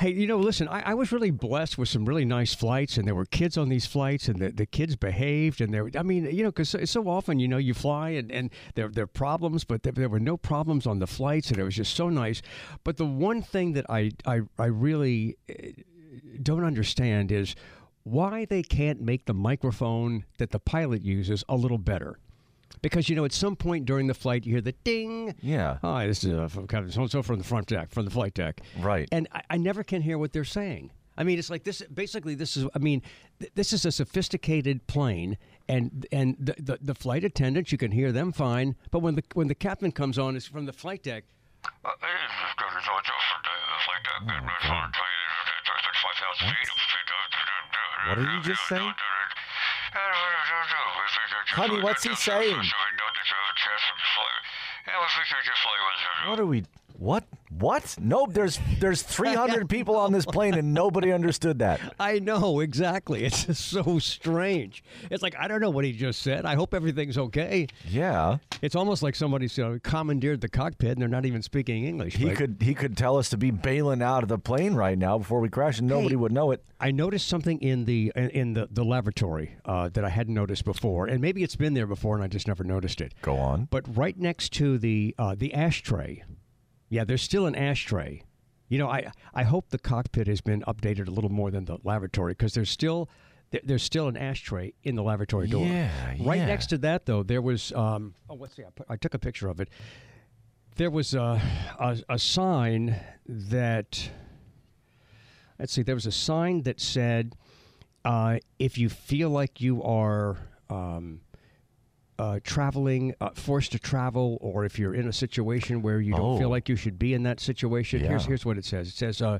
Hey, you know, listen, I, I was really blessed with some really nice flights, and there were kids on these flights, and the, the kids behaved, and there. I mean, you know, because so, so often, you know, you fly and, and there there are problems, but there, there were no problems on the flights, and it was just so nice. But the one thing that I I, I really eh, don't understand is why they can't make the microphone that the pilot uses a little better. Because you know, at some point during the flight, you hear the ding. Yeah. Hi, this is uh, from Captain So and So from the front deck, from the flight deck. Right. And I, I never can hear what they're saying. I mean, it's like this. Basically, this is. I mean, th- this is a sophisticated plane, and and the, the the flight attendants, you can hear them fine. But when the when the captain comes on, it's from the flight deck. What What did you just say? Honey, what's he saying? What are we? What? What? Nope. There's there's 300 people on this plane and nobody understood that. I know exactly. It's just so strange. It's like I don't know what he just said. I hope everything's okay. Yeah. It's almost like somebody's you know, commandeered the cockpit and they're not even speaking English. He but- could he could tell us to be bailing out of the plane right now before we crash and nobody Hey. would know it. I noticed something in the in- in the the laboratory uh, that I hadn't noticed before, and maybe it's been there before, and I just never noticed it. Go on. But right next to the uh, the ashtray, yeah, there's still an ashtray. You know, I I hope the cockpit has been updated a little more than the lavatory because there's still there- there's still an ashtray in the lavatory door. Yeah, Right yeah. next to that, though, there was um, oh, let's see, I, put, I took a picture of it. There was a a, a sign that let's see, there was a sign that said, uh, if you feel like you are um, uh, traveling, uh, forced to travel, or if you're in a situation where you don't feel Oh. like you should be in that situation, here's, Yeah. here's what it says. It says, uh,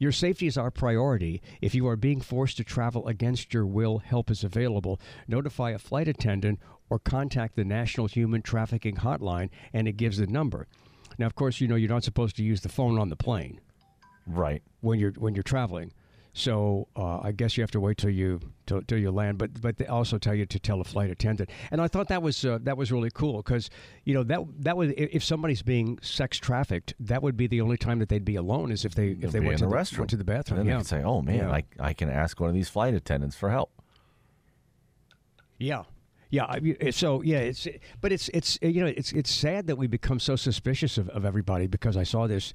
Your safety is our priority. If you are being forced to travel against your will, help is available. Notify a flight attendant or contact the National Human Trafficking Hotline, and it gives the number. Now, of course, you know you're not supposed to use the phone on the plane Right. when you're when you're traveling. So uh, I guess you have to wait till you till, till you land, but but they also tell you to tell a flight attendant. And I thought that was uh, that was really cool because you know that that was i- if somebody's being sex trafficked, that would be the only time that they'd be alone is if they if they Be went in to the the restroom. went to the bathroom. And then yeah. they could say, "Oh man, yeah. I I can ask one of these flight attendants for help." yeah. Yeah, I mean, it's- so yeah, it's but it's it's you know it's it's sad that we become so suspicious of, of everybody because I saw this,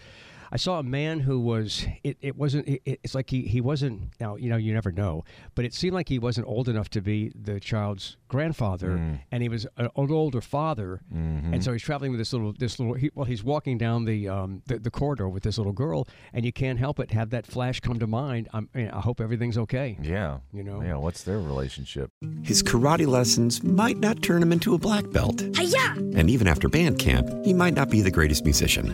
I saw a man who was it, it wasn't it, it's like he he wasn't now you know you never know but it seemed like he wasn't old enough to be the child's grandfather and he was an old- older father and so he's traveling with this little this little he, well he's walking down the, um, the the corridor with this little girl and you can't help but have that flash come to mind I'm, I hope everything's okay Yeah. You know? Yeah. What's their relationship? His karate lessons might not turn him into a black belt. Hiya! And even after band camp, he might not be the greatest musician.